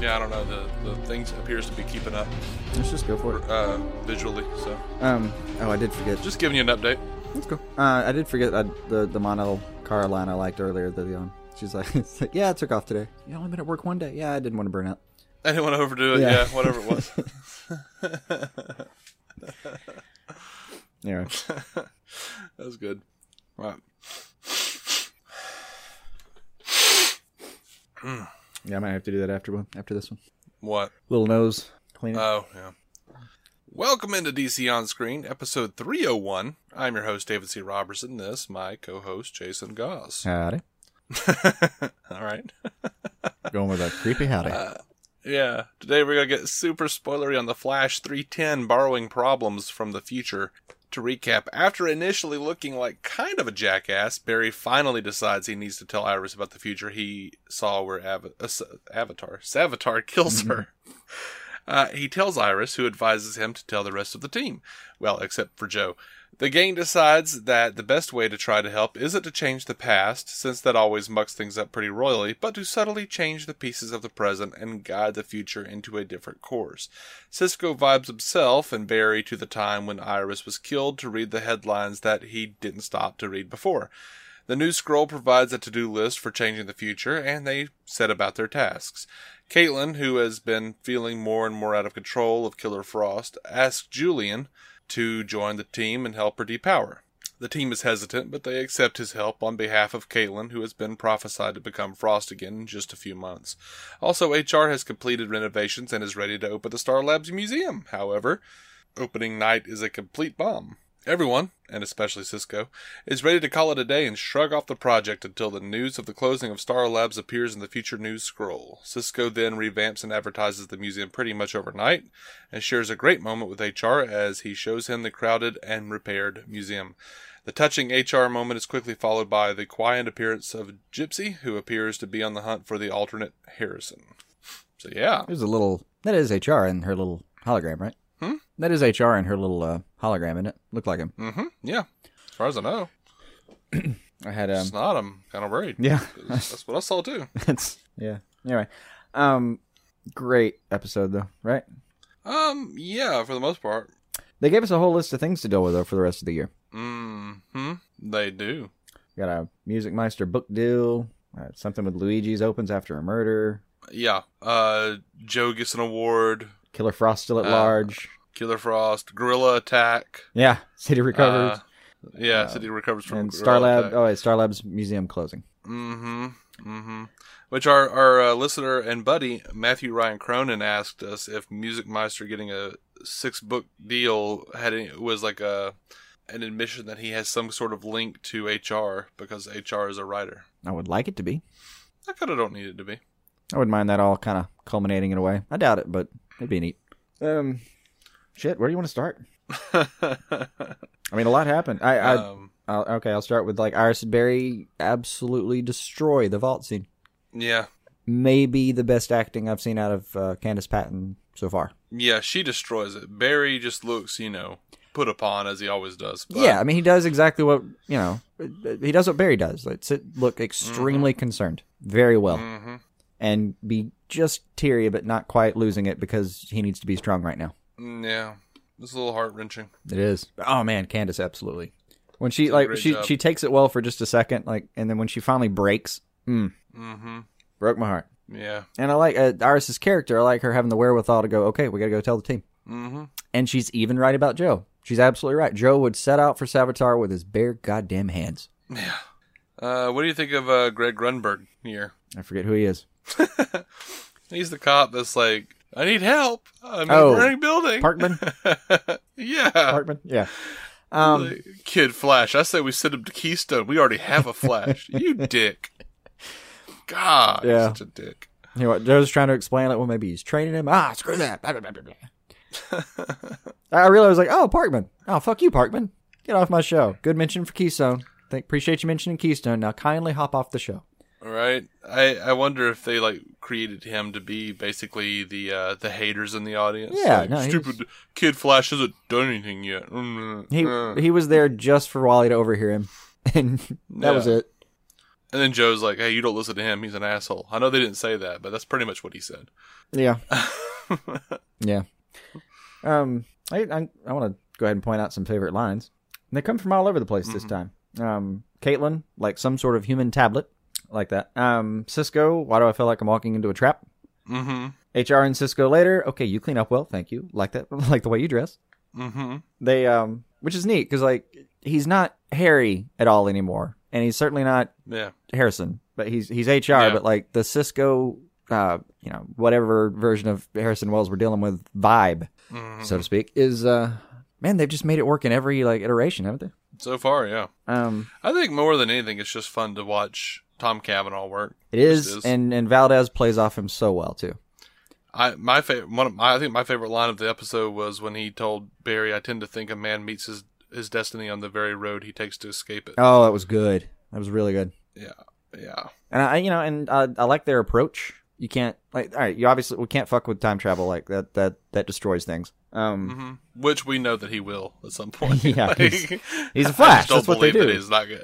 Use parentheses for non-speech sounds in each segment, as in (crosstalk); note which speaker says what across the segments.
Speaker 1: Yeah, I don't know. The, the thing appears to be keeping up
Speaker 2: Let's just go for it.
Speaker 1: uh, visually, so
Speaker 2: Um. Oh, I did forget.
Speaker 1: just giving you an update.
Speaker 2: Let's go. Uh, I did forget uh, the the mono car line I liked earlier. The um, she's like, (laughs) it's like, yeah, I took off today. You only been at work one day. Yeah, I didn't want to burn out.
Speaker 1: I didn't want to overdo it.
Speaker 2: Yeah.
Speaker 1: Yeah, whatever it was. (laughs)
Speaker 2: Anyway,
Speaker 1: that was good. Right.
Speaker 2: yeah, I might have to do that after one. After this one,
Speaker 1: What?
Speaker 2: little nose cleaner.
Speaker 1: Oh, yeah. Welcome into DC On Screen, episode 301. I'm your host, David C. Robertson. This, my co host, Jason
Speaker 2: (laughs)
Speaker 1: Goss. (laughs)
Speaker 2: howdy.
Speaker 1: All right.
Speaker 2: Going with a creepy howdy.
Speaker 1: Uh, Yeah. Today we're going to get super spoilery on the Flash 310 borrowing problems from the future. To recap, after initially looking like kind of a jackass, Barry finally decides he needs to tell Iris about the future he saw where Ava- uh, S- Avatar, Savatar kills her. Uh, he tells Iris, who advises him to tell the rest of the team. Well, except for Joe. The gang decides that the best way to try to help isn't to change the past, since that always mucks things up pretty royally, but to subtly change the pieces of the present and guide the future into a different course. Cisco vibes himself and Barry to the time when Iris was killed to read the headlines that he didn't stop to read before. The new scroll provides a to do list for changing the future, and they set about their tasks. Caitlin, who has been feeling more and more out of control of Killer Frost, asks Julian to join the team and help her depower. The team is hesitant, but they accept his help on behalf of Caitlin, who has been prophesied to become Frost again in just a few months. Also, HR has completed renovations and is ready to open the Star Labs Museum, however, opening night is a complete bomb. Everyone, and especially Cisco, is ready to call it a day and shrug off the project until the news of the closing of Star Labs appears in the future news scroll. Cisco then revamps and advertises the museum pretty much overnight and shares a great moment with HR as he shows him the crowded and repaired museum. The touching HR moment is quickly followed by the quiet appearance of Gypsy, who appears to be on the hunt for the alternate Harrison. So, yeah.
Speaker 2: There's a little. That is HR in her little hologram, right? Hmm. That is HR in her little uh, hologram, isn't it? Looked like him.
Speaker 1: Mm hmm. Yeah. As far as I know,
Speaker 2: I had um.
Speaker 1: it's not. I'm kind of worried.
Speaker 2: (laughs) Yeah. (laughs)
Speaker 1: That's what I saw too.
Speaker 2: That's yeah. Anyway, um, great episode though, right?
Speaker 1: Um, yeah, for the most part.
Speaker 2: They gave us a whole list of things to deal with though for the rest of the year.
Speaker 1: Mm-hmm. They do.
Speaker 2: got a music meister book deal, uh, something with Luigi's opens after a murder,
Speaker 1: Yeah. Uh, Joe gets an award.
Speaker 2: Killer Frost still at large.
Speaker 1: Killer Frost, Gorilla Attack.
Speaker 2: Yeah, (laughs) City
Speaker 1: Uh,
Speaker 2: recovers
Speaker 1: yeah, City recovers from
Speaker 2: Uh, and Star
Speaker 1: Gorilla
Speaker 2: Lab.
Speaker 1: Attack.
Speaker 2: Oh, wait, Star Lab's museum closing.
Speaker 1: Mm-hmm. Mm-hmm. Which our our uh, listener and buddy Matthew Ryan Cronin asked us if Music Meister getting a six book deal had any, was like a an admission that he has some sort of link to HR because HR is a writer.
Speaker 2: I would like it to be.
Speaker 1: I kind of don't need it to be.
Speaker 2: I wouldn't mind that all kind of culminating in a way. I doubt it, but it'd be neat. Um, shit, where do you want to start?
Speaker 1: (laughs)
Speaker 2: I mean, a lot happened. I, I
Speaker 1: Um,
Speaker 2: I'll, okay, I'll start with like Iris and Barry absolutely destroy the vault scene.
Speaker 1: yeah,
Speaker 2: Maybe the best acting I've seen out of uh, Candace Patton so far.
Speaker 1: yeah. She destroys it. Barry just looks, you know, put upon as he always does. But
Speaker 2: yeah, I mean, he does exactly what you know. He does what Barry does. Like, sit, look
Speaker 1: Mm-hmm.
Speaker 2: extremely concerned, very well, and be just teary, but not quite losing it because he needs to be strong right now.
Speaker 1: mm, yeah, it's a little heart wrenching.
Speaker 2: It is. Oh man, Candace, absolutely. When she
Speaker 1: a
Speaker 2: like
Speaker 1: great
Speaker 2: she
Speaker 1: job.
Speaker 2: she takes it well for just a second, like, and then when she finally breaks, mm,
Speaker 1: Mm-hmm.
Speaker 2: broke my heart.
Speaker 1: Yeah.
Speaker 2: And I like uh, Iris's character. I like her having the wherewithal to go. Okay, we got to go tell the team.
Speaker 1: Mm-hmm.
Speaker 2: And she's even right about Joe. She's absolutely right. Joe would set out for Savitar with his bare goddamn hands.
Speaker 1: Yeah. Uh, what do you think of uh, Greg Grunberg here?
Speaker 2: I forget who he is.
Speaker 1: He's the cop that's like, I need help. I'm
Speaker 2: Oh.
Speaker 1: in a burning building. (laughs)
Speaker 2: Parkman.
Speaker 1: yeah.
Speaker 2: Parkman. Yeah. Um,
Speaker 1: Like, Kid Flash. I say we send him to Keystone. We already have a Flash. you (laughs) dick. God,
Speaker 2: Yeah.
Speaker 1: yeah. such a dick.
Speaker 2: you know what? Joe's trying to explain it. Well, maybe he's training him. Ah, screw that. Blah, blah, blah, blah, blah.
Speaker 1: (laughs)
Speaker 2: I realized, like, oh, Parkman. Oh, fuck you, Parkman. Get off my show. Good mention for Keystone. Thank, appreciate you mentioning Keystone. Now, kindly hop off the show.
Speaker 1: All right. I, I wonder if they like created him to be basically the uh, the haters in the audience.
Speaker 2: Yeah,
Speaker 1: Like,
Speaker 2: no, he's-
Speaker 1: stupid Kid Flash hasn't done anything yet. Mm,
Speaker 2: He
Speaker 1: uh.
Speaker 2: he was there just for Wally to overhear him, (laughs) and that was
Speaker 1: Yeah.
Speaker 2: it.
Speaker 1: And then Joe's like, "Hey, you don't listen to him. He's an asshole." I know they didn't say that, but that's pretty much what he said.
Speaker 2: Yeah. yeah. Um, I I, I want to go ahead and point out some favorite lines. And they come from all over the place this time. Um, Caitlin, like some sort of human tablet, like that. Um, Cisco, why do I feel like I'm walking into a trap?
Speaker 1: Mm-hmm.
Speaker 2: HR and Cisco later. Okay, you clean up well, thank you. Like that, (laughs) like the way you dress.
Speaker 1: Mm-hmm.
Speaker 2: They um, which is neat because like he's not Harry at all anymore, and he's certainly not
Speaker 1: Yeah.
Speaker 2: Harrison, but he's he's HR.
Speaker 1: Yeah.
Speaker 2: But like the Cisco, uh, you know, whatever version of Harrison Wells we're dealing with vibe,
Speaker 1: Mm-hmm.
Speaker 2: so to speak, is uh, man, they've just made it work in every like iteration, haven't they?
Speaker 1: So far, yeah.
Speaker 2: Um,
Speaker 1: I think more than anything, it's just fun to watch Tom Cavanaugh work.
Speaker 2: it is,
Speaker 1: is.
Speaker 2: and and Valdez plays off him so well too.
Speaker 1: I my favorite one. Of my, I think my favorite line of the episode was when he told Barry, "I tend to think a man meets his his destiny on the very road he takes to escape it."
Speaker 2: Oh, that was good. That was really good.
Speaker 1: Yeah. Yeah.
Speaker 2: And I, you know, and I, I like their approach. You can't like, all right, you obviously we can't fuck with time travel like that. That that destroys things. Um,
Speaker 1: hmm Which we know that he will at
Speaker 2: (laughs)
Speaker 1: some point.
Speaker 2: Yeah,
Speaker 1: (laughs) Like,
Speaker 2: he's- he's a
Speaker 1: Mm-hmm. I just
Speaker 2: Flash.
Speaker 1: don't
Speaker 2: That's what they
Speaker 1: believe that
Speaker 2: do.
Speaker 1: he's not gonna-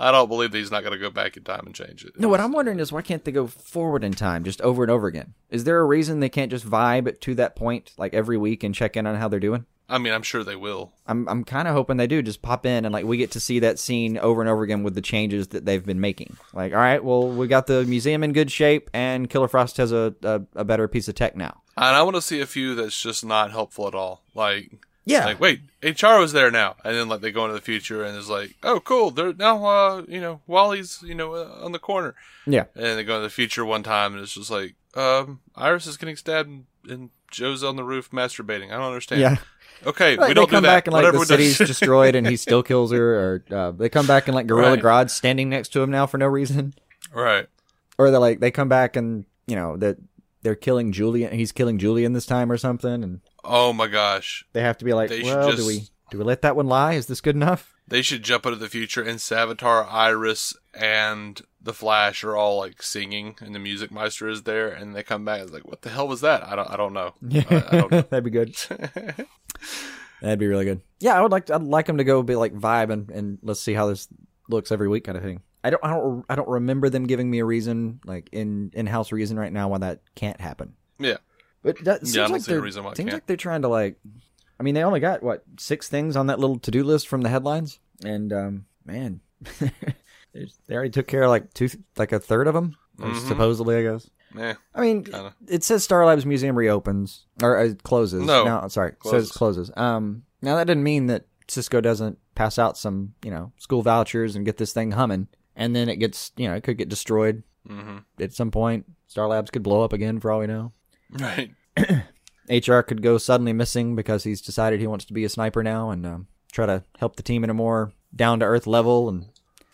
Speaker 1: I don't believe that he's not going to go back in time and change it.
Speaker 2: No, what I'm wondering is why can't they go forward in time just over and over again? Is there a reason they can't just vibe to that point like every week and check in on how they're doing?
Speaker 1: I mean, I'm sure they will.
Speaker 2: I'm I'm kind of hoping they do just pop in and like we get to see that scene over and over again with the changes that they've been making. Like, all right, well, we got the museum in good shape and Killer Frost has a a, a better piece of tech now.
Speaker 1: And I want to see a few that's just not helpful at all. Like,
Speaker 2: Yeah.
Speaker 1: like wait, HR was there now, and then like they go into the future and it's like, oh, cool, they're now, uh, you know, Wally's, you know, uh, on the corner,
Speaker 2: yeah.
Speaker 1: and then they go into the future one time and it's just like, um, Iris is getting stabbed and, and Joe's on the roof masturbating. I don't understand.
Speaker 2: Yeah.
Speaker 1: Okay,
Speaker 2: Like,
Speaker 1: we
Speaker 2: they
Speaker 1: don't
Speaker 2: come
Speaker 1: do that.
Speaker 2: back and like
Speaker 1: Whatever we
Speaker 2: the
Speaker 1: do-
Speaker 2: city's destroyed and he still kills her or uh, they come back and
Speaker 1: (laughs)
Speaker 2: like Gorilla
Speaker 1: Right.
Speaker 2: Grodd's standing next to him now for no reason.
Speaker 1: (laughs) right.
Speaker 2: or they're like they come back and you know that they're killing Julian. He's killing Julian this time or something, and
Speaker 1: Oh my gosh.
Speaker 2: they have to be like,
Speaker 1: They should
Speaker 2: well, do
Speaker 1: just-
Speaker 2: we do we let that one lie? Is this good enough?
Speaker 1: They should jump into the future, and Savitar, Iris, and the Flash are all like singing, and the music meister is there, and they come back. It's like, what the hell was that? I don't, I don't
Speaker 2: (laughs)
Speaker 1: know. I, I (laughs) don't know.
Speaker 2: That'd be good. (laughs) That'd be really good. Yeah, I would like to, I'd like them to go be like vibe and, and let's see how this looks every week kind of thing. I don't I don't I don't remember them giving me a reason like in in house reason right now why that can't happen.
Speaker 1: Yeah,
Speaker 2: But that
Speaker 1: Yeah,
Speaker 2: seems
Speaker 1: I don't
Speaker 2: like
Speaker 1: see a
Speaker 2: they're
Speaker 1: reason why it
Speaker 2: seems
Speaker 1: can't.
Speaker 2: like they're trying to like. I mean, they only got what six things on that little to do list from the headlines, and um, man, (laughs) they just- they already took care of like two, like a third of them, or
Speaker 1: Mhm.
Speaker 2: supposedly, I guess.
Speaker 1: yeah.
Speaker 2: I mean,
Speaker 1: Kinda.
Speaker 2: it says Star Labs Museum reopens or uh, closes.
Speaker 1: No.
Speaker 2: sorry,
Speaker 1: Closes.
Speaker 2: says closes. Um, now that didn't mean that Cisco doesn't pass out some, you know, school vouchers and get this thing humming, and then it gets, you know, it could get destroyed
Speaker 1: Mm-hmm.
Speaker 2: at some point. Star Labs could blow up again for all we know.
Speaker 1: Right.
Speaker 2: HR could go suddenly missing because he's decided he wants to be a sniper now and um, try to help the team in a more down to earth level and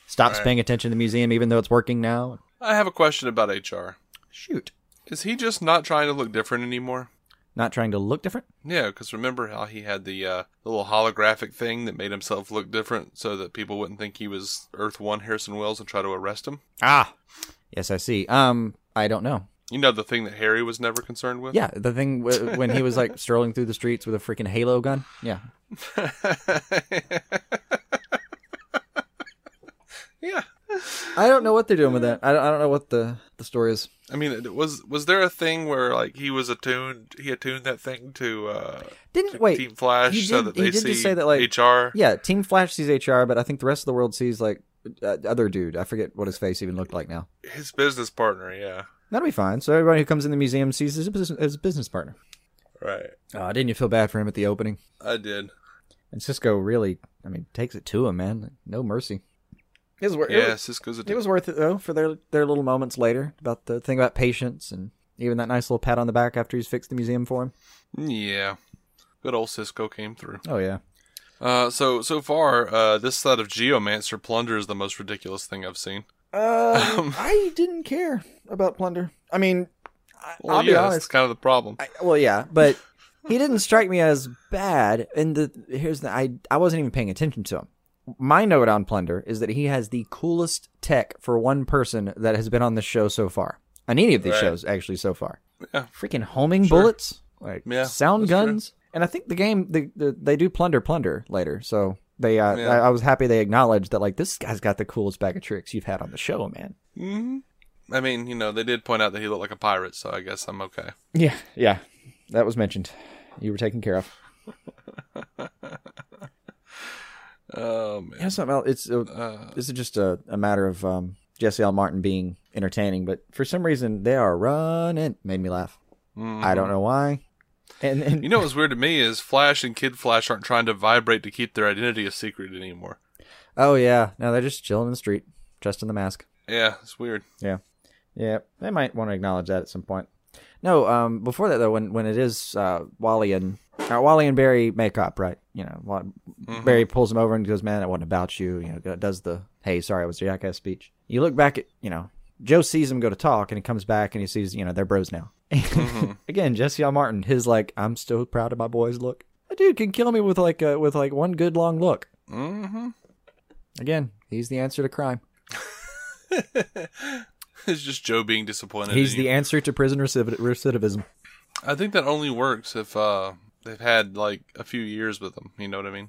Speaker 2: stops
Speaker 1: Right.
Speaker 2: paying attention to the museum even though it's working now.
Speaker 1: I have a question about HR.
Speaker 2: Shoot.
Speaker 1: Is he just not trying to look different anymore?
Speaker 2: Not trying to look different?
Speaker 1: Yeah, because remember how he had the uh, little holographic thing that made himself look different so that people wouldn't think he was Earth One Harrison Wells and try to arrest him?
Speaker 2: Ah. Yes, I see. Um, I don't know.
Speaker 1: You know, the thing that Harry was never concerned with?
Speaker 2: Yeah, the thing w- when he was (laughs) like strolling through the streets with a freaking halo gun. Yeah.
Speaker 1: (laughs) yeah.
Speaker 2: I don't know what they're doing with that. I don't, I don't know what the, the story is.
Speaker 1: I mean, it was was there a thing where like he was attuned? He attuned that thing to uh,
Speaker 2: Didn't
Speaker 1: to
Speaker 2: wait.
Speaker 1: Team Flash
Speaker 2: he
Speaker 1: so
Speaker 2: did-
Speaker 1: that
Speaker 2: he
Speaker 1: they
Speaker 2: did
Speaker 1: see
Speaker 2: just say that, like,
Speaker 1: HR.
Speaker 2: Yeah, Team Flash sees HR, but I think the rest of the world sees like uh, other dude. I forget what his face even looked like now.
Speaker 1: His business partner. Yeah,
Speaker 2: That'll be fine. So everybody who comes in the museum sees his business, his business partner.
Speaker 1: right.
Speaker 2: Oh, didn't you feel bad for him at the opening?
Speaker 1: I did.
Speaker 2: And Cisco really, I mean, takes it to him, man. No mercy. It was, wor- it
Speaker 1: Yeah,
Speaker 2: was-
Speaker 1: Cisco's a
Speaker 2: it was worth it though for their their little moments later about the thing about patience and even that nice little pat on the back after he's fixed the museum for him.
Speaker 1: Yeah, good old Cisco came through.
Speaker 2: Oh yeah.
Speaker 1: Uh, so so far, uh, this side of Geomancer plunder is the most ridiculous thing I've seen.
Speaker 2: Um, I didn't care about plunder. I mean, I,
Speaker 1: Well,
Speaker 2: I'll
Speaker 1: yeah,
Speaker 2: be
Speaker 1: that's
Speaker 2: honest.
Speaker 1: kind of the problem.
Speaker 2: I, well, yeah, but he didn't strike me as bad. And the here's the I I wasn't even paying attention to him. My note on plunder is that he has the coolest tech for one person that has been on this show so far. On any of these
Speaker 1: Right.
Speaker 2: shows, actually, so far.
Speaker 1: Yeah.
Speaker 2: Freaking homing
Speaker 1: Sure.
Speaker 2: bullets, like
Speaker 1: Yeah,
Speaker 2: sound
Speaker 1: that's true.
Speaker 2: guns, and I think the game the, the, they do plunder plunder later. So they, uh,
Speaker 1: Yeah.
Speaker 2: I, I was happy they acknowledged that. Like this guy's got the coolest bag of tricks you've had on the show, man.
Speaker 1: I mean, you know, they did point out that he looked like a pirate, so I guess I'm okay.
Speaker 2: Yeah, yeah. That was mentioned. You were taken care of.
Speaker 1: (laughs) Oh man.
Speaker 2: Yeah, something else. It's uh, this is just a, a matter of um, Jesse L. Martin being entertaining, but for some reason they are running. Made me laugh. I don't know why. And and
Speaker 1: Mm-hmm. You know what's weird to me is Flash and Kid Flash aren't trying to vibrate to keep their identity a secret anymore.
Speaker 2: oh yeah, no, they're just chilling in the street, dressed in the mask.
Speaker 1: Yeah, it's weird. (laughs)
Speaker 2: Yeah, yeah. They might want to acknowledge that at some point. No, um, before that though, when when it is uh, Wally and uh, Wally and Barry make up, right? You know, Wa- Barry pulls him over and goes, "Man, that wasn't about you." You know, does the "Hey, sorry, I was a jackass" speech. You look back at you know, Joe sees him go to talk, and he comes back and he sees you know they're bros now. (laughs) Again, Jesse L. Martin, his like, "I'm still proud of my boys." Look, that dude can kill me with like a, with like one good long look. Mm-hmm. Again, he's the answer to crime.
Speaker 1: It's just Joe being disappointed.
Speaker 2: He's
Speaker 1: in
Speaker 2: the
Speaker 1: you.
Speaker 2: answer to prison recidiv- recidivism.
Speaker 1: I think that only works if uh they've had like a few years with him. You know what I mean?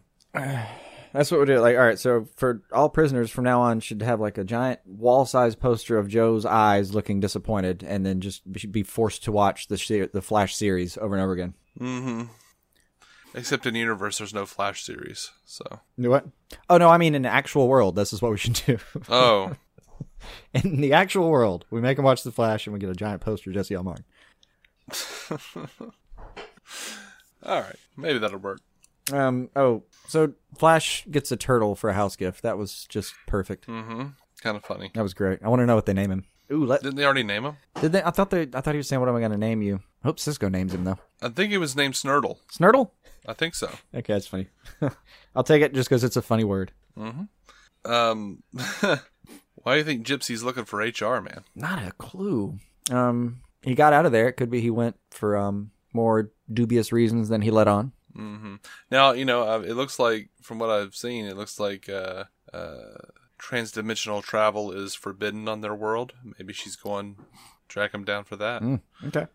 Speaker 2: That's what we do. Like, all right, so for all prisoners from now on, should have like a giant wall-sized poster of Joe's eyes looking disappointed, and then just should be forced to watch the se- the Flash series over and over again.
Speaker 1: Except in universe, there's no Flash series.
Speaker 2: (laughs)
Speaker 1: So
Speaker 2: You what? Oh no, I mean in the actual world, this is what we should do. (laughs)
Speaker 1: oh
Speaker 2: in the actual world, we make them watch the Flash, and we get a giant poster of Jesse L. Martin.
Speaker 1: all right, maybe that'll work.
Speaker 2: Um. Oh, so Flash gets a turtle for a house gift. That was just perfect.
Speaker 1: Kind of funny.
Speaker 2: That was great. I want to know what they name him. Hmm. Ooh, let,
Speaker 1: Didn't they already name him?
Speaker 2: did they? I thought they. I thought he was saying, "What am I going to name you?" I hope Cisco names him though.
Speaker 1: I think he was named Snurtle.
Speaker 2: Snurtle.
Speaker 1: I think so.
Speaker 2: Okay, that's funny. (laughs) I'll take it just because it's a funny word.
Speaker 1: Um, (laughs) why do you think Gypsy's looking for HR, man?
Speaker 2: Not a clue. Um, he got out of there. It could be he went for um more dubious reasons than he let on.
Speaker 1: Now you know uh, it looks like, from what I've seen, it looks like uh, uh, transdimensional travel is forbidden on their world. Maybe she's going track him down for that.
Speaker 2: (laughs) Hmm. Okay.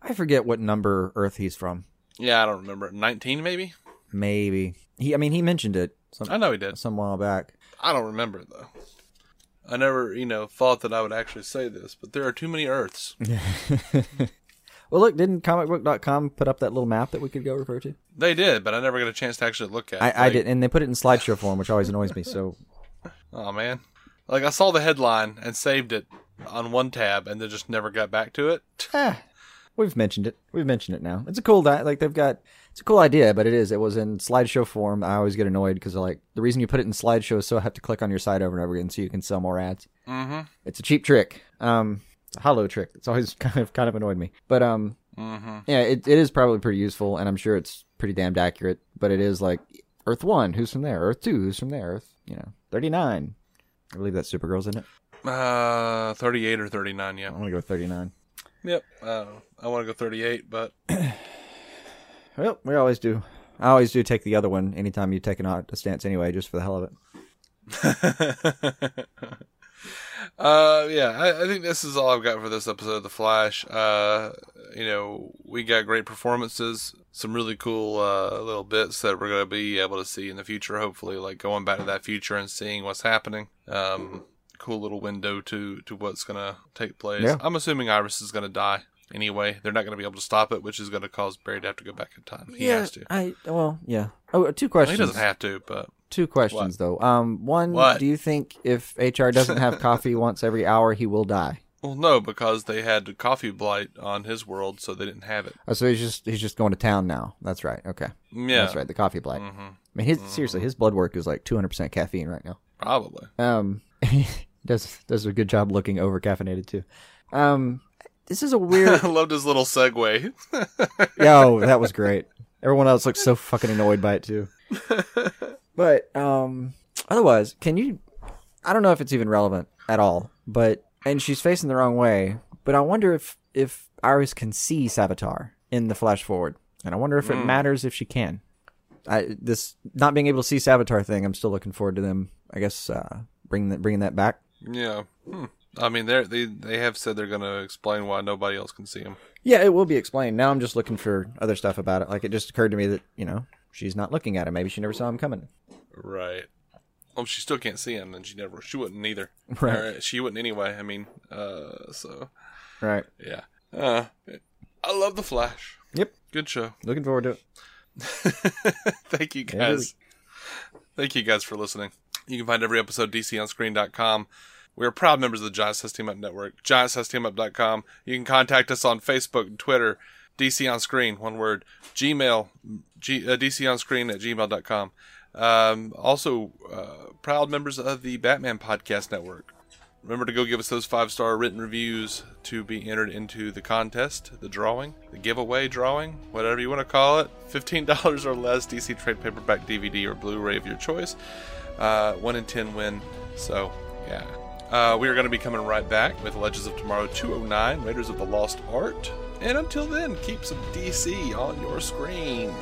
Speaker 2: I forget what number Earth he's from.
Speaker 1: Yeah, I don't remember. Nineteen, maybe.
Speaker 2: Maybe he. I mean, he mentioned it
Speaker 1: I
Speaker 2: some
Speaker 1: know he did.
Speaker 2: some while back.
Speaker 1: I don't remember it, though. I never, you know, thought that I would actually say this, but there are too many Earths.
Speaker 2: Mm-hmm. Well, look, didn't comicbook.com put up that little map that we could go refer to?
Speaker 1: they did, but I never got a chance to actually look at.
Speaker 2: I,
Speaker 1: it.
Speaker 2: I
Speaker 1: Like,
Speaker 2: did, and they put it in slideshow form, which always annoys me. So
Speaker 1: Oh man, like I saw the headline and saved it on one tab, and then just never got back to
Speaker 2: (laughs)
Speaker 1: it.
Speaker 2: We've mentioned it. We've mentioned it now. It's a cool di- like they've got it's a cool idea, but it is. It was in slideshow form. I always get annoyed because like the reason you put it in slideshow is so I have to click on your site over and over again so you can sell more ads. Mm-hmm. It's a cheap trick. Um, it's a hollow trick. It's always (laughs) kind of kind of annoyed me. But um, yeah, it, it is probably pretty useful, and I'm sure it's pretty damned accurate. But it is like Earth One, who's from there? Earth Two, who's from there? Earth, you know, thirty nine. I believe that's Supergirl's in it.
Speaker 1: Uh, thirty-eight or thirty-nine.
Speaker 2: I
Speaker 1: Yeah.
Speaker 2: want to go thirty nine.
Speaker 1: Yep. Uh, I want to go thirty-eight, but
Speaker 2: Well, we always do. I always do take the other one anytime you take an odd stance anyway, just for the hell of it.
Speaker 1: Uh, yeah, I, I think this is all I've got for this episode of The Flash. Uh, you know, we got great performances, some really cool uh, little bits that we're going to be able to see in the future, hopefully, like going back to that future and seeing what's happening. Um, cool little window to to what's gonna take place.
Speaker 2: Yeah.
Speaker 1: I'm assuming Iris is gonna die anyway. They're not gonna be able to stop it, which is gonna cause Barry to have to go back in time. He has to.
Speaker 2: I well, yeah. Oh, two
Speaker 1: Well, he
Speaker 2: questions.
Speaker 1: doesn't have to, but
Speaker 2: two questions though. Um, one,
Speaker 1: What?
Speaker 2: do you think if HR doesn't have
Speaker 1: (laughs)
Speaker 2: coffee once every hour, he will die?
Speaker 1: well, no, because they had coffee blight on his world, so they didn't have it.
Speaker 2: Oh, so he's just he's just going to town now. That's right. Okay.
Speaker 1: Yeah, Mm-hmm.
Speaker 2: That's right. The coffee blight. I mean, his seriously, his blood work is like 200% caffeine right now.
Speaker 1: Probably. (laughs)
Speaker 2: Um, (laughs) does does a good job looking over caffeinated too. Um, this is a weird.
Speaker 1: I loved his little segue.
Speaker 2: Yo, oh, that was great. Everyone else looks so fucking annoyed by it too. But um, otherwise, can you? I don't know if it's even relevant at all. But and she's facing the wrong way. But I wonder if if Iris can see Savitar in the flash forward, and I wonder if it matters if she can. I this not being able to see Savitar thing. I'm still looking forward to them. I guess uh, bringing that bringing that back.
Speaker 1: Yeah. Hmm. I mean, they're, they they have said they're going to explain why nobody else can see him.
Speaker 2: Yeah, it will be explained. Now I'm just looking for other stuff about it. Like it just occurred to me that you know she's not looking at him. Maybe she never saw him coming.
Speaker 1: Right. Well, Oh, she still can't see him, and she never she wouldn't either.
Speaker 2: (laughs) Right.
Speaker 1: Or, she wouldn't anyway. I mean, uh, so
Speaker 2: Right.
Speaker 1: yeah. Uh, I love the Flash.
Speaker 2: Yep.
Speaker 1: Good show.
Speaker 2: Looking forward to it.
Speaker 1: (laughs) Thank you guys. Thank you guys for listening. You can find every episode dconscreen.com. We are proud members of the Giant Size Team Up Network, giantsizeteamup.com. You can contact us on Facebook and Twitter, DC on Screen, one word, Gmail, G, uh, DC on Screen at gmail.com. Um, also, uh, proud members of the Batman Podcast Network. Remember to go give us those five star written reviews to be entered into the contest, the drawing, the giveaway drawing, whatever you want to call it. (laughs) $15 or less DC trade paperback DVD or Blu ray of your choice. Uh, 1 in 10 win. So, yeah. Uh, we are going to be coming right back with Legends of Tomorrow 209, Raiders of the Lost Art. And until then, keep some DC on your screen.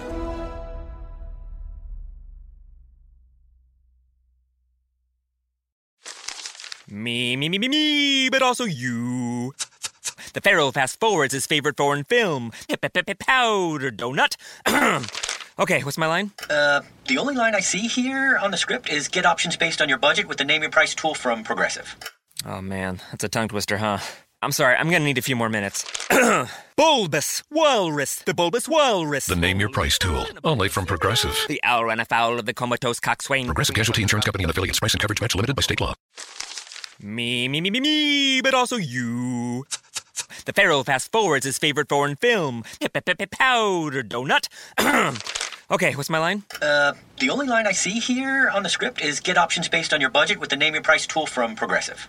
Speaker 3: Me, me, me, me, me, but also you. The Pharaoh fast forwards his favorite foreign film. Powder donut. (clears throat) okay, what's my line?
Speaker 4: Uh, the only line I see here on the script is get options based on your budget with the name your price tool from Progressive.
Speaker 3: Oh man, that's a tongue twister, huh? I'm sorry, I'm gonna need a few more minutes. (clears throat) bulbous Walrus, the Bulbous Walrus.
Speaker 5: The Name Your Price tool. Only from Progressive.
Speaker 3: The owl ran afoul of the comatose coxswain.
Speaker 5: Progressive Casualty Insurance Company and affiliates. Price and coverage match limited by state law.
Speaker 3: Me, me, me, me, me, but also you. The Pharaoh fast forwards his favorite foreign film. Powder donut. (clears throat) okay, what's my line?
Speaker 4: Uh, the only line I see here on the script is get options based on your budget with the name your price tool from Progressive.